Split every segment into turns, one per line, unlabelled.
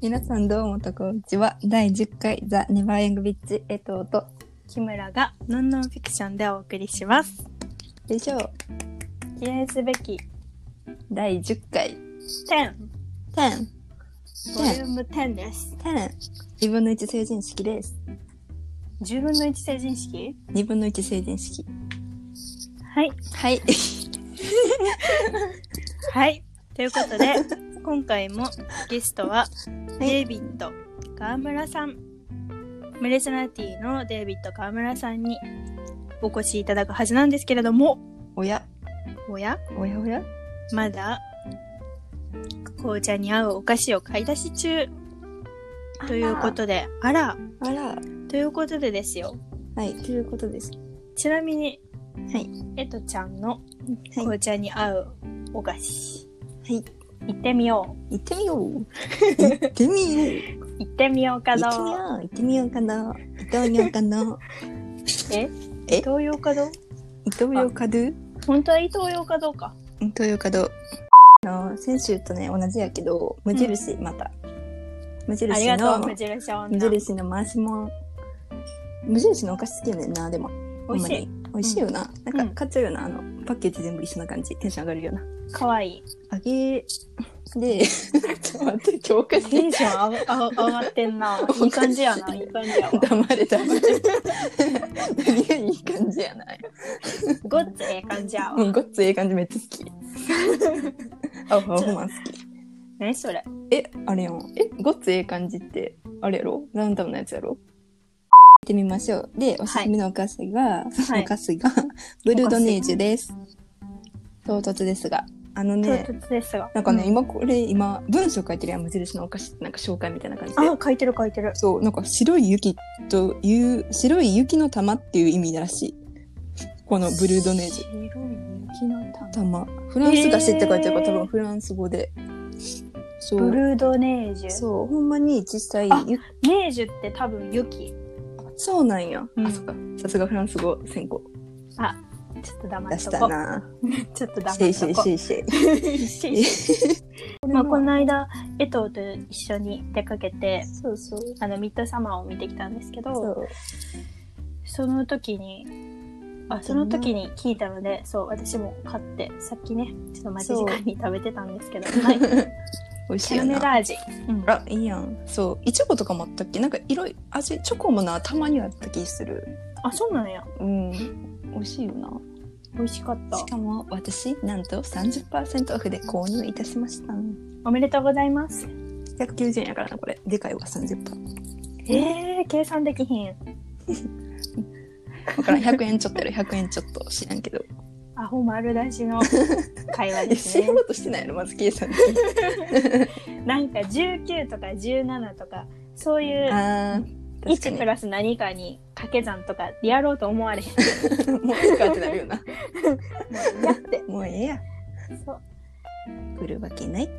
皆さんどうもとこんにちは。第10回ザ・ネバーエングビッチ、江藤と、
木村がノンノンフィクションでお送りします。
でしょう。
記念すべき
第10回、
10、
10、
ボリューム10です。
10。2分の1成人式です。
10分の1成人式
2分の1成人式。
はい。
はい。
はい。ということで、 今回もゲストは、デイビッド・川村さん。メレソナティのデイビッド・川村さんにお越しいただくはずなんですけれども、
おや、
おや
おやおや
まだ紅茶に合うお菓子を買い出し中。ということで、あら、
あら。
ということでですよ。
はい、ということです。
ちなみに、
はい。
えとちゃんの
は
紅茶に合うお菓子、
い。はい。
行ってみよ
行ってみよ う。行ってみよう。
う行ってみようか
行ってみよ
な
う。行ってみようかな。行ってみようか な。
え
え
東洋華堂
伊藤洋華堂
本当は東洋華堂か
伊藤洋華堂。あの、先週とね、同じやけど、無印、また。無
あり
印
がと
の
う、無印女
無印の回しもん。無印のお菓子好きやねんな、でも。
美味しい
い。美味しいよな。
ん
なん
うん
か、買っちゃうよな。あの、パッケージ全部一緒な感じ。テンション上がるよな。
かわいい
あげで、ちょっと待って、今日おかしい
テンションあわあわ上がって んないい感じやないい感じやわ
黙れ黙れ。何がいい感じやない。
ごっつええ感じや
う
わ
ん、ごっつええ感じめっちゃ好 き。アホアホマン好き。
何それ
え、あれやん。え、ごっつええ感じって、あれやろランダムなやつやろ行ってみましょう。で、おすすめのお菓子が、
い
お菓 子が、ブルドネージュです。唐突ですが。あの
唐
ね、
突ですが
なんかね、今これ、今、文章書いてるやん、無印のお菓子って、なんか紹介みたいな感じで
うん。あ書いてる書いてる
そう、なんか白い雪という、白い雪の玉っていう意味らしい。このブルードネージュ。
白い雪の玉
玉。フランス菓子って書いてるから、
へー
多分フランス語で。そ
ブ
う。
ルードネージュ
そう、ほんまに小さい
あ
雪。
ネージュって多分雪
そうなんや。
うん
あ、そっか。さすがフランス語専攻
ちょっと黙
出
っ
し
と
た
こ
な。
ちょっと
シェ
黙
イ
っ
シ
と
ェイ
こ
シェイシェイ。
まあ、この間江藤と一緒に出かけて
そうそう。
あのミッドサマーを見てきたんですけ
そ
ど
う。
その時にあその時に聞いたのでそう私も買ってさっきねちょっと待ち時間に食べてたんですけど、 はい、
美味し
キ
い
ャラ
よ
メ
な。
ラ味、うん
あ、いいやん。そう。いちごとかもあったっけなんか色い味、チョコもな、たまにはあった気する。
あそうなんや
うん。美味しいよな。
美味しかった
しかも私なんと30%オフで購入いたしました
おめでとうございます
190円やからなこれでかいわ30%
えー、計算できひん
だからん100円ちょっとやる100円ちょっと知らんけど
アホ丸出しの会話
え
です
知
ね
ろうとしてないやろまず計算で
なんか19とか17とかそういう
あー確か
1
に
プラス何かに掛け算とかやろうと思われへん
もういいかってなるよな
やって
もうええや
そう
来るわけないか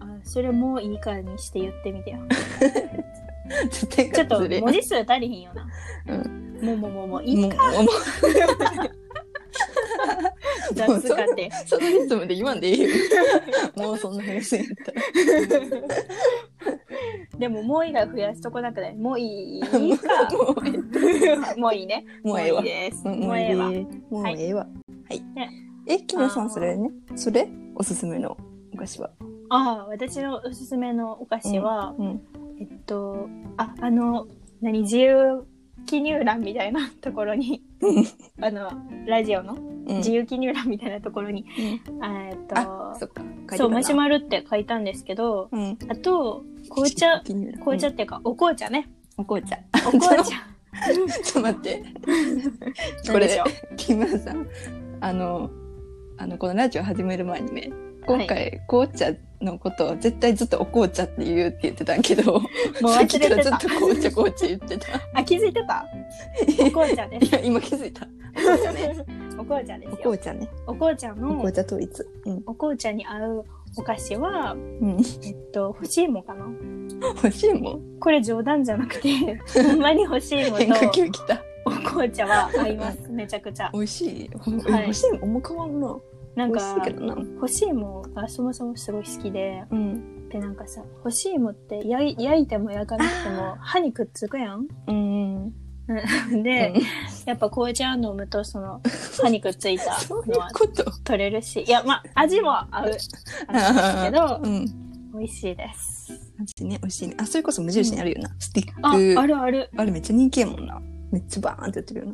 あそれもういいからにして言って みてよ
ちょっと
ちょっと
ずれ
文字数足りひんよな、
う
もうもうもうもうい
も
いう
もう もうもう
雑かって
そのリズムで言わんでいい よもうそんな話やったら
でももう以外増やすとこなくないもういいいいか
もうえ
もういいね
えもうええわ
いいです
うん
もうええわ
もうええわ。はい
ね。
え、木村さ
あ
ん、
ー
それね、それ、おすすめのお菓子は。
ああ私のおすすめのお菓子は、
うん。
えっとああの何自由記入欄みたいなところに
うん
あのラジオの
うん
自由記入欄みたいなところに、えっと
あ、そっか。
そう、マシュ
マ。
マロって書いたんですけど、
うん。
あと、紅茶、
気になる。
紅茶
う
っ
ん。
ていうか、お紅茶 ね。
お紅茶。
お紅茶。
ちょっと待っ て。 こ
なんで
れ
しょう、
木村さん。あの、あの、このラジオ始める前にね、今
は
回、紅茶のことを絶対ずっとお紅茶って言うって言ってたんけど、
もう
さっき
忘
か
れ
ら
て
ずったと。紅茶、紅茶言って た。
あ、気づいてたお紅 茶です。
いや、今気づいた。お紅茶ね。
お紅茶で
お
すよ。
紅茶ね。
お紅茶
お
の
紅、茶統一。うん。
お紅茶に合うお菓子は、
うん。
えっと、干し芋かな
欲しいもん。
これ冗談じゃな くて、ほんまに干し芋と
変化球きた。
お紅茶は合います。めちゃくちゃ。
美味しい。
はい
美味しい。重かわんな。
なん
美味しい
か
け、どな。
干し芋がそもそもすごい好きで、
うん。
ってなんかさ干し芋ってやい焼いても焼かなくても歯にくっつくや ん
うんうん。
で、
うん
やっぱ紅茶飲むとそ の歯にくっついた
そうい
の
う
は
こと。
取れるしいやまあ味も合うあの
う
け
ん。
ど美味しいです
味ね、美味しいね。あ、それこそ無印にあるよな。スティッ
あ
ク。
あるある、
あれめっちゃ人気やもんな。めっちゃバーンってやってるよな。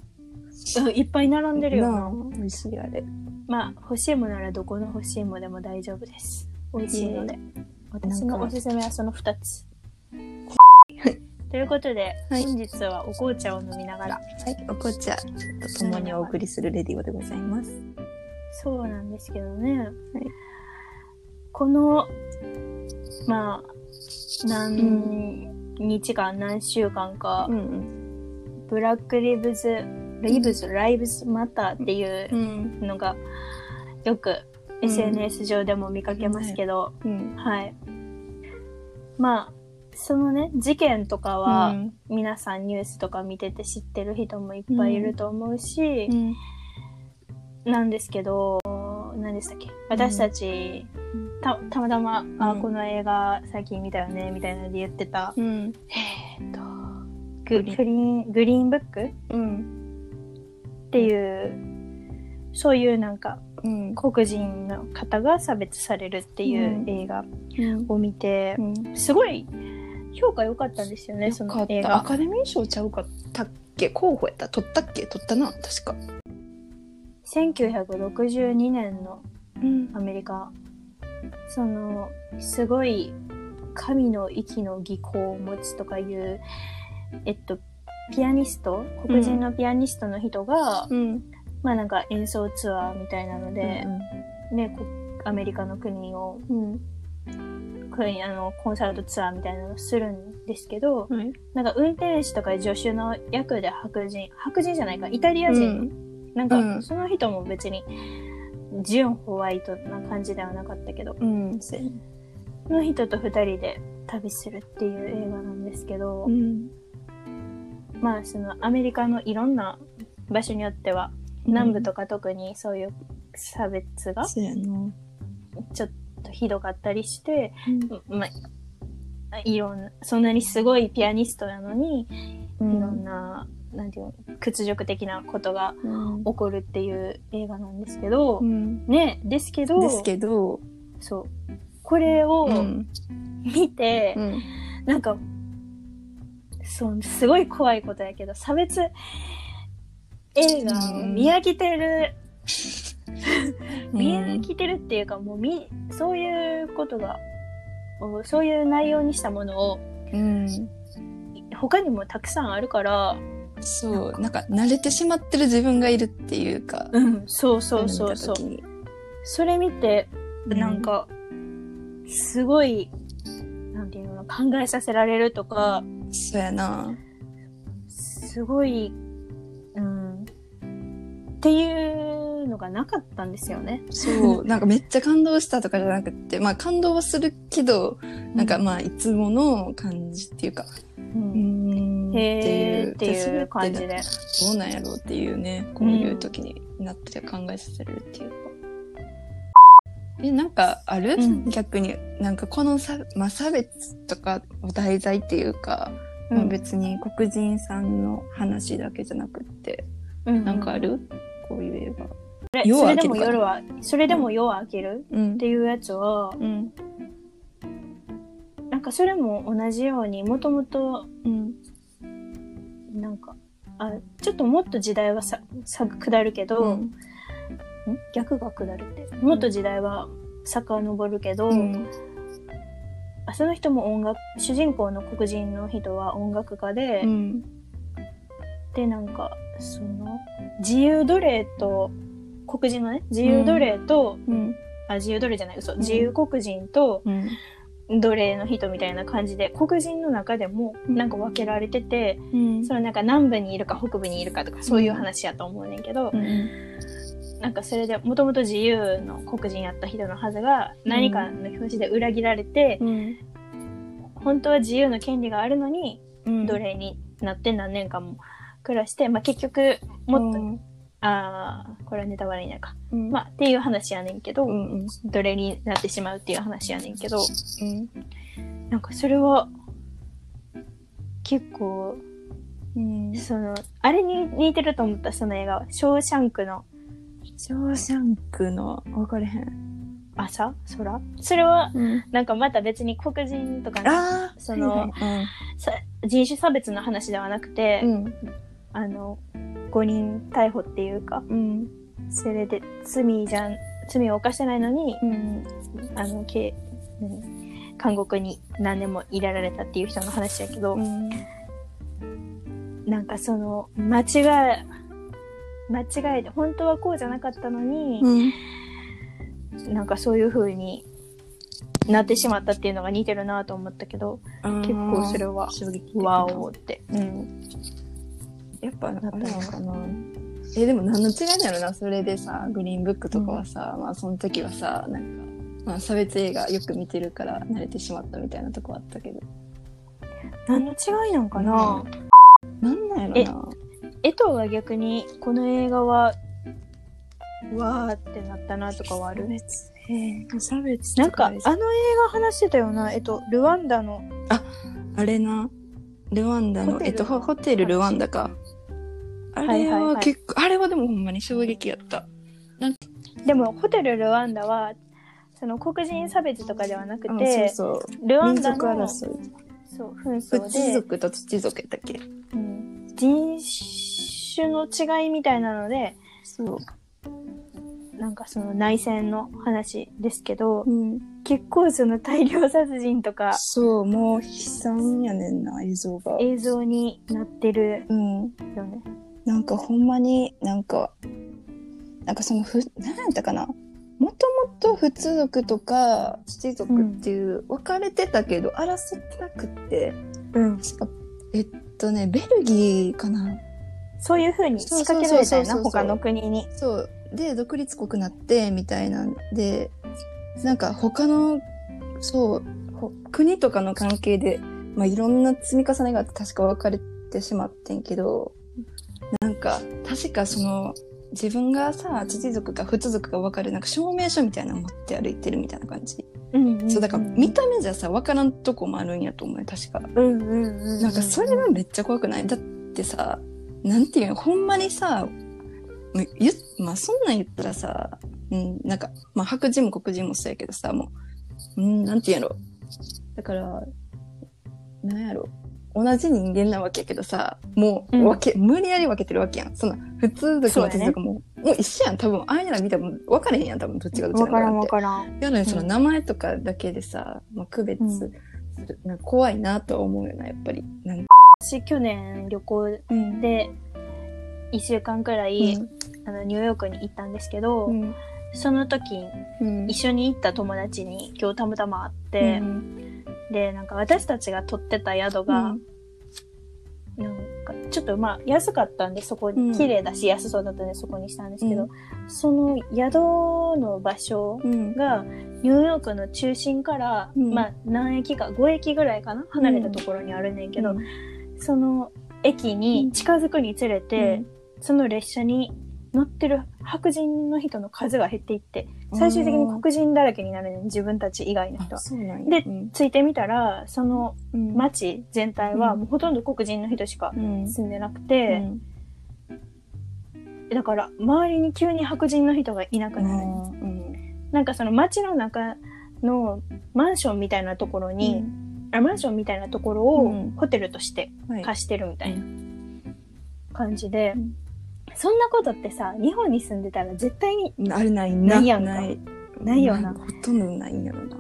うん、いっぱい並んでるよな
なあ美味しいあれ。
まあ、欲しいものならどこの欲しいものでも大丈夫です。美味しいので。私のおすすめはその2つ。ということで、
はい
本日はお紅茶を飲みながら。
はい、お紅茶と共にお送りするレディオでございます。
そうなんですけどね。この、まあ、
う
何日間、何週間か、
ん
ブラックリブズ、リブズ、ライブズマターっていう
うん。
のが、よく
うん
SNS 上でも見かけますけど、
うん。
はい。まあ、そのね、事件とかは、
うん
皆さんニュースとか見てて知ってる人もいっぱいいると思うし、
うん。
なんですけど、何でしたっけ私たち、たたまたま、あ
うん
この映画最近見たよね、みたいなので言ってた、
うん。
えっと、
グ
グ
リーン
グリーン、グリーンブックっ
うん。
ていう、そういうなんか、
うん。
黒人の方が差別されるっていう映画を見て、
うん。
すごい評価良かったんですよね、
よ
そ
か
の
っ
映
た。ア
画。
カデミー賞ちゃうかったっけ候補やった。取ったっけ取ったな、確か。
1962年の
うん
ア。メリカ。その、すごい、神の息の技巧を持つとかいう、えっと、ピアニスト黒人のピアニストの人が、
うん。
まあなんか演奏ツアーみたいなので、ね、こアメリカの国を、
うん。
国あの、コンサートツアーみたいなのをするんですけど、
はい。
なんか運転手とか助手の役で白人、白人じゃないか、イタリア人、なん
う
か
ん
その人も別に、純ホワイトな感じではなかったけど、
うん。うん。そうやね
その人と二人で旅するっていう映画なんですけど、
うん。
まあそのアメリカのいろんな場所によっては、南部とか特にそういう差別が
そうやな。うん
ちょっとひどかったりして、まあ、いろんな、そんなにすごいピアニストなのに、
う
いろん
ん。
な、なんていうの、屈辱的なことが
うん
起こるっていう映画なんですけど、
うん。
ね、ですけど、
ですけど、
そう。これを
うん。
見て、
うん
なんか、そう、すごい怖いことやけど、差別映画を見飽きてる、見飽きてるっていうか、もうみ、そういうことが、おそういう内容にしたものを、
うん。
他にもたくさんあるから、
そう、なんか慣れてしまってる自分がいるっていうか、
うん、そうそうそうそう。
見た時に
それ見て、なん、か、すごい、なんていうの、考えさせられるとか、
うんそうやな。
すごい、うん、っていうのがなかったんですよね。
そう、なんかめっちゃ感動したとかじゃなくて、まあ感動はするけど、なんかまあいつもの感じっていうか、
う、
うんん
へーって
でそ
い
れ
う感じ
って
で。
どうなんやろうっていうね、こういう時になって考えさせるっていうか。え、なんかある、
うん
逆に、なんかこのさ、まあ、差別とかを題材っていうか、まあ別に黒人さんの話だけじゃなくって、なんかある、こういう映画。
それ
夜
そ
は開
れで
け
も
るかな
夜は、それでも夜は明ける
うん
っていうやつは、
うん。
なんかそれも同じように、もともと、
うん。
なんか、あちょっともっと時代はさ、さ、下るけど、ん逆が下るって。もっと時代は遡るけど、
うん。
あその人も音楽、主人公の黒人の人は音楽家で、
うん。
でなんかその自由奴隷と黒人のね自由奴隷と、
うん。
あ自由奴隷じゃない嘘
ん
自由黒人と
うん。
奴隷の人みたいな感じで黒人の中でも
うん
なんか分けられてて、
うん
そのなんか南部にいるか北部にいるかとかそういう話やと思うねんけど、なんかそれでもともと自由の黒人やった人のはずが
うん
何かの表紙で裏切られて、
う
本当は自由の権利があるのに
ん。
奴隷になって何年間も暮らして、まあ、結局もっと、ああこれはネタバレになるか。
うん。
まあ、っていう話やねんけど、
うんうん。
奴隷になってしまうっていう話やねんけど、
うん。
なんかそれは結構
うん
そのあれに似てると思ったその映画は「ショーシャンクの
ショーシャンクの分かれへん。
朝空」それは
うん、
なんかまた別に黒人とかの
ああ、
その
はいはい
さ人種差別の話ではなくて、
うん
あの5人逮捕っていうか
うん
それで罪じゃん罪を犯してないのに
うん
あのけ、うん、監獄に何年も入れられたっていう人の話やけど、
うん
なんかその間違え間違えて本当はこうじゃなかったのに、
うん
なんかそういう風になってしまったっていうのが似てるなと思ったけど結構それは
衝撃的な
わおって、うん、
やっぱあれ
な
な
った
のかなえでも何の違いだろうなそれでさグリーンブックとかはさ、まあその時はさなんか、まあ、差別映画よく見てるから慣れてしまったみたいなとこあったけど
何の違いなんかな、
なんなんやろ
江藤は逆にこの映画はわーってなったなとかはある
別え差別
なんかあの映画話してたよなえっとルワンダの
あれなルワンダ
ホ
の
テル
えっとホホテルルワンダかあ
い
れ
はいはい
は結構、あれはでもほんまに衝撃やった
でもホテルルワンダはその黒人差別とかではなく
あ
て
そう
ル
そう
ワ
民
ンダ
族
の
争い
そう紛
プ
争
チ
で、
族と土族やったっけ
うん人種の違いみたいなので
そう、
なんかその内戦の話ですけど
うん、
結構その大量殺人とか
そうもう悲惨やねんな映像が
映像になってる
うん
よね。
なんかほんまになんかなんかそのふ何やったかなもともと普通族とか土族っていう分かれてたけど、争ってなくって
うん、
確かえっとねベルギーかな
そういうふうに仕掛けられたよな
そうそうそうそうそう
他の国に。
そうで独立国なってみたいなんでなんか他のそうほ国とかの関係で、まあ、いろんな積み重ねがあって確か別れてしまってんけどなんか確かその自分がさ父族か仏族か分かるなんか証明書みたいなの持って歩いてるみたいな感じ、
うん
そうだから見た目じゃさ分からんとこもあるんやと思うよ確か
うんうんうん、
なんかそれがめっちゃ怖くないだってさなんていうのほんまにさもう言っまあそんなん言ったらさ、うん、なんか、まあ、白人も黒人もそうやけどさもう、うん、なんていうんやろだからなんやろ同じ人間なわけやけどさもう、
うん
分け無理やり分けてるわけやんそんな普通と
そう
か
やね
私とかも、もう一緒やん多分ああいうの見たらもう分かれへんやん多分どっちがどっち
わ
な
からん
っ
わ
て
からん。
やのにその
うん
名前とかだけでさ、まあ、区別
うん
する、なんか怖いなとは思うよなやっぱりなん
私去年旅行
うん
で1週間くらい、あのニューヨークに行ったんですけど、
うん
その時
うん
一緒に行った友達に今日たまたま会って
う、ん
でなんか私たちが取ってた宿が、なんかちょっとまあ安かったんでそこ
う
に、
ん
綺麗だし安そうだったんでそこにしたんですけど、
う
その宿の場所
うん
がニューヨークの中心から、
うん
まあ何駅か5駅ぐらいかな離れたところにあるねんけど、
うん
その駅に近づくにつれて、その列車に乗ってる白人の人の数が減っていって最終的に黒人だらけになるねん自分たち以外の人
あ
は。
そうなんや
で
うん
ついてみたらその
うん
街全体は
うん
もうほとんど黒人の人しか
うん
住んでなく
う
て、
ん
だから周りに急に白人の人がいなくなる、
うん
なんかその街の中のマンションみたいなところに、あマンションみたいなところ
う
を
ん
ホテルとして
はい
貸してるみたいな感じで、
うん
そんなことってさ日本に住んでたら絶対に
あれないな
ないやんか
ない
ないよな
ほとんどないんやろな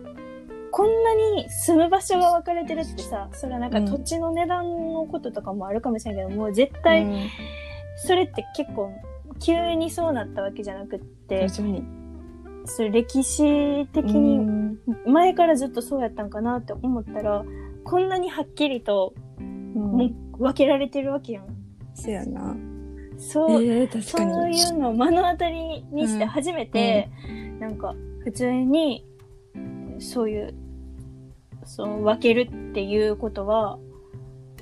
こんなに住む場所が分かれてるってさそれはなんか土地の値段のこととかもあるかもしれないけど、もう絶対
うん
それって結構急にそうなったわけじゃなくって、
徐々に
それ歴史的
う
に
ん
前からずっとそうやったんかなって思ったらこんなにはっきりと
う
も
ん
う分けられてるわけやん。
そうやな
そう、
えー確
そう
か
い
に
うのを目の当たりにして初めて、なんか普通にそういうそう分けるっていうことは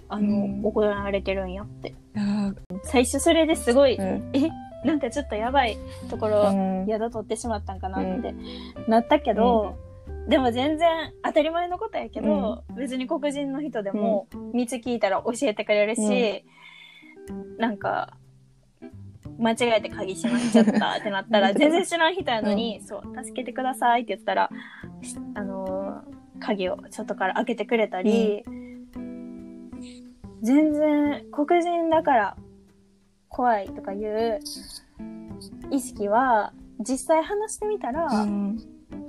あの、
うん
行われてるんやって
あ
最初それですごい、
ーうん
えなんかちょっとやばいところ、
うん
宿取ってしまったんかなってなったけど、でも全然当たり前のことやけど、別に黒人の人でも道聞いたら教えてくれるし、なんか間違えて鍵閉まっちゃったってな ったら全然知らん人やのに、そう助けてくださいって言ったら、しあのー鍵を外から開けてくれたり、全然黒人だから怖いとかいう意識は実際話してみたら、
うん、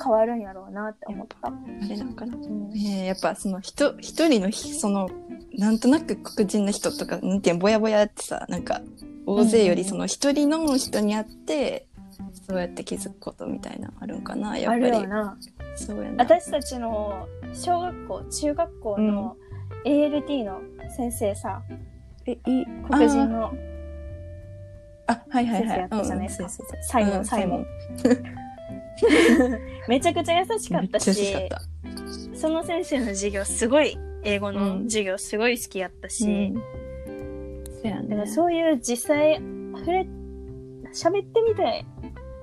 変わるんやろうなって思った。
あれなんかな。
うん
ねえやっぱその人、一人のひ、その、なんとなく黒人の人とか、なんていうのぼやぼやってさ、なんか、大勢よりその一人の人に会って、そうやって気づくことみたいなのあるんかな、や
あ
っぱ
るよ
り。
な。
そうやな。
私たちの小学校、中学校の ALT の先生さ、
え、いい。
黒人の
あ、はいはいは
先生
い。
やったじゃないですか
うんそうそうそう
サイモ
うん
ン、サイモン。めちゃくちゃ優しか
め
っ
っちゃ
た
優し
し
か、った。
その先生の授業すごい、英語の
うん
授業すごい好きやったし、
うん。そうや
だか
ね
ら。そういう実際、触れ、喋ってみて、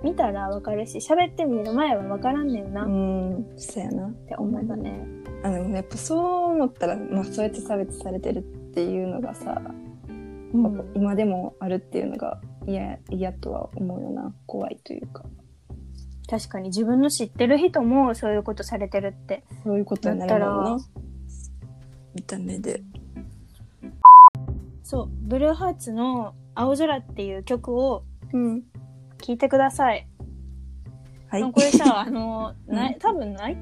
見たらわかるし、喋ってみる前はわからんねんなっ
うん、そうやな。
て思ったね。
あのやっぱそう思ったら、まあ、そうやって差別されてるっていうのがさ、
うん
今でもあるっていうのが嫌嫌とは思うよな怖いというか
確かに自分の知ってる人もそういうことされてるって
そういうことになるもんな見た目で
そうブルーハーツの「青空」っていう曲を
うん
聴いてください、
はい
これ さあのな
う
い多分ない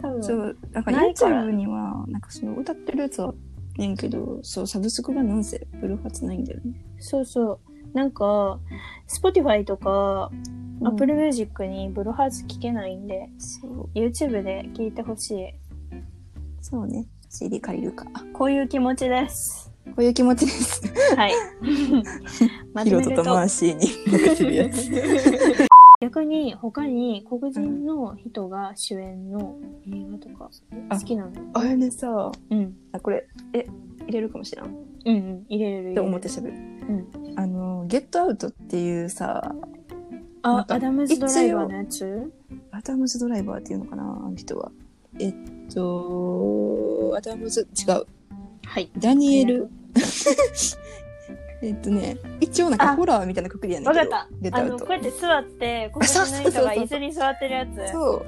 多 分
そうなんか
ないから
YouTube にはなんかその歌ってるやつはねんけどそうサブスクがなんせブルーハーツないんだよね
そうそうなんか Spotify とか
うん
Apple Music にブルーハーツ聴けないんで、
そう
YouTube で聴いてほしい
そうね CD 借りるかあ
こういう気持ちです
こういう気持ちです
はい まとめると
シーに任せるやつ
逆に他に黒人の人が主演の映画とか
あ
好きなの
あれねさ
うん
あこれえ入れるかもしれん
うんうん入れる入れる
って思ってしゃべる、
う
あの「ゲットアウト」っていうさなん
あ
か
アダムズドライバーのやつ
アダムズドライバーっていうのかなあの人はえっとアダムズ違う
はい
ダニエル えっとね一応なんか
あ
ホラーみたいなくくりやねん
わ
け
かっ
どゲッ
た
ト
あ
ア
の
ウト
こうやって座ってここ
そうそうそうそ
の人
う
が椅子に座ってるやつ
そう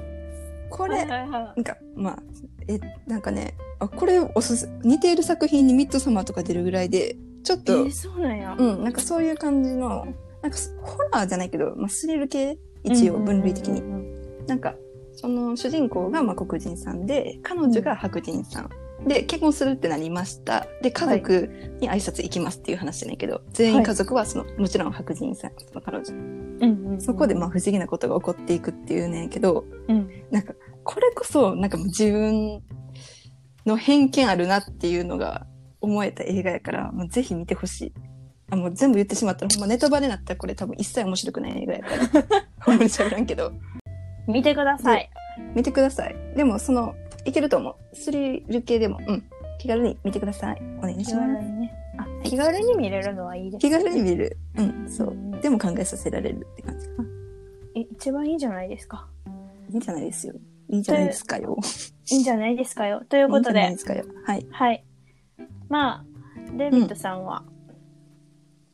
これ
はい
な
はいはい
んかまあえなんかねあこれおすす似ている作品にミッドサマーとか出るぐらいでちょっ
え
と、
ーそうなんや
うんなんかそういう感じのなんかホラーじゃないけど、まあ、スリル系一応分類的に
うんうんうん
なんかその主人公がまあ黒人さんで彼女が白人さん、で結婚するってなりましたで家族に挨拶行きますっていう話じゃないけど、全員家族はそのもちろん白人さんその彼女
うんうんうん
そこでまあ不思議なことが起こっていくっていうねんやけど
うん
なんかこれこそなんかもう自分の偏見あるなっていうのが思えた映画やからもうぜひ見てほしい。あもう全部言ってしまったらほんまネタバレになったらこれ多分一切面白くない映画やからほんまに喋らんけど
見てください
見てください。でも、その、いけると思う。スリル系でも、うん。気軽に見てください。お願いし
気
ま
軽
す。
にねあ気軽に見れるのはいいです
気軽に見る。うん、そ
うん
う。
うん
でも考えさせられるって感じかな。
え一番いいじゃないですか
いいんじゃないですよ。いいんじゃないですかよ。
いいんじゃないですかよとい
と
うこと
いいん
で
じゃないですかよ。はい。
はいまあデイビッドさんは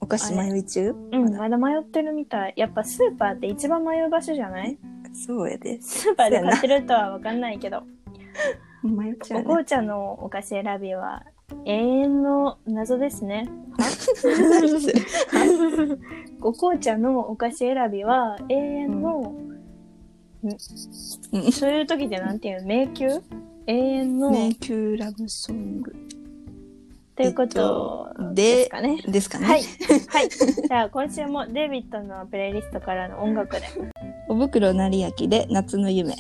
お菓子迷い中
うんまだ迷ってるみたいやっぱスーパーって一番迷う場所じゃない
そうやで。
スーパーで買ってるとは分かんないけど、
迷っちゃ
お
うね。
紅茶のお菓子選びは永遠の謎ですね。 お紅茶のお菓子選びは永遠の、
うん
そういう時ってなんていうの迷宮永遠の、
迷宮ラブソング
ということ
えっとで
ですかね。
ですかね。
はい。はい。じゃあ今週もデイビッドのプレイリストからの音楽で。
お袋なりやきで夏の夢。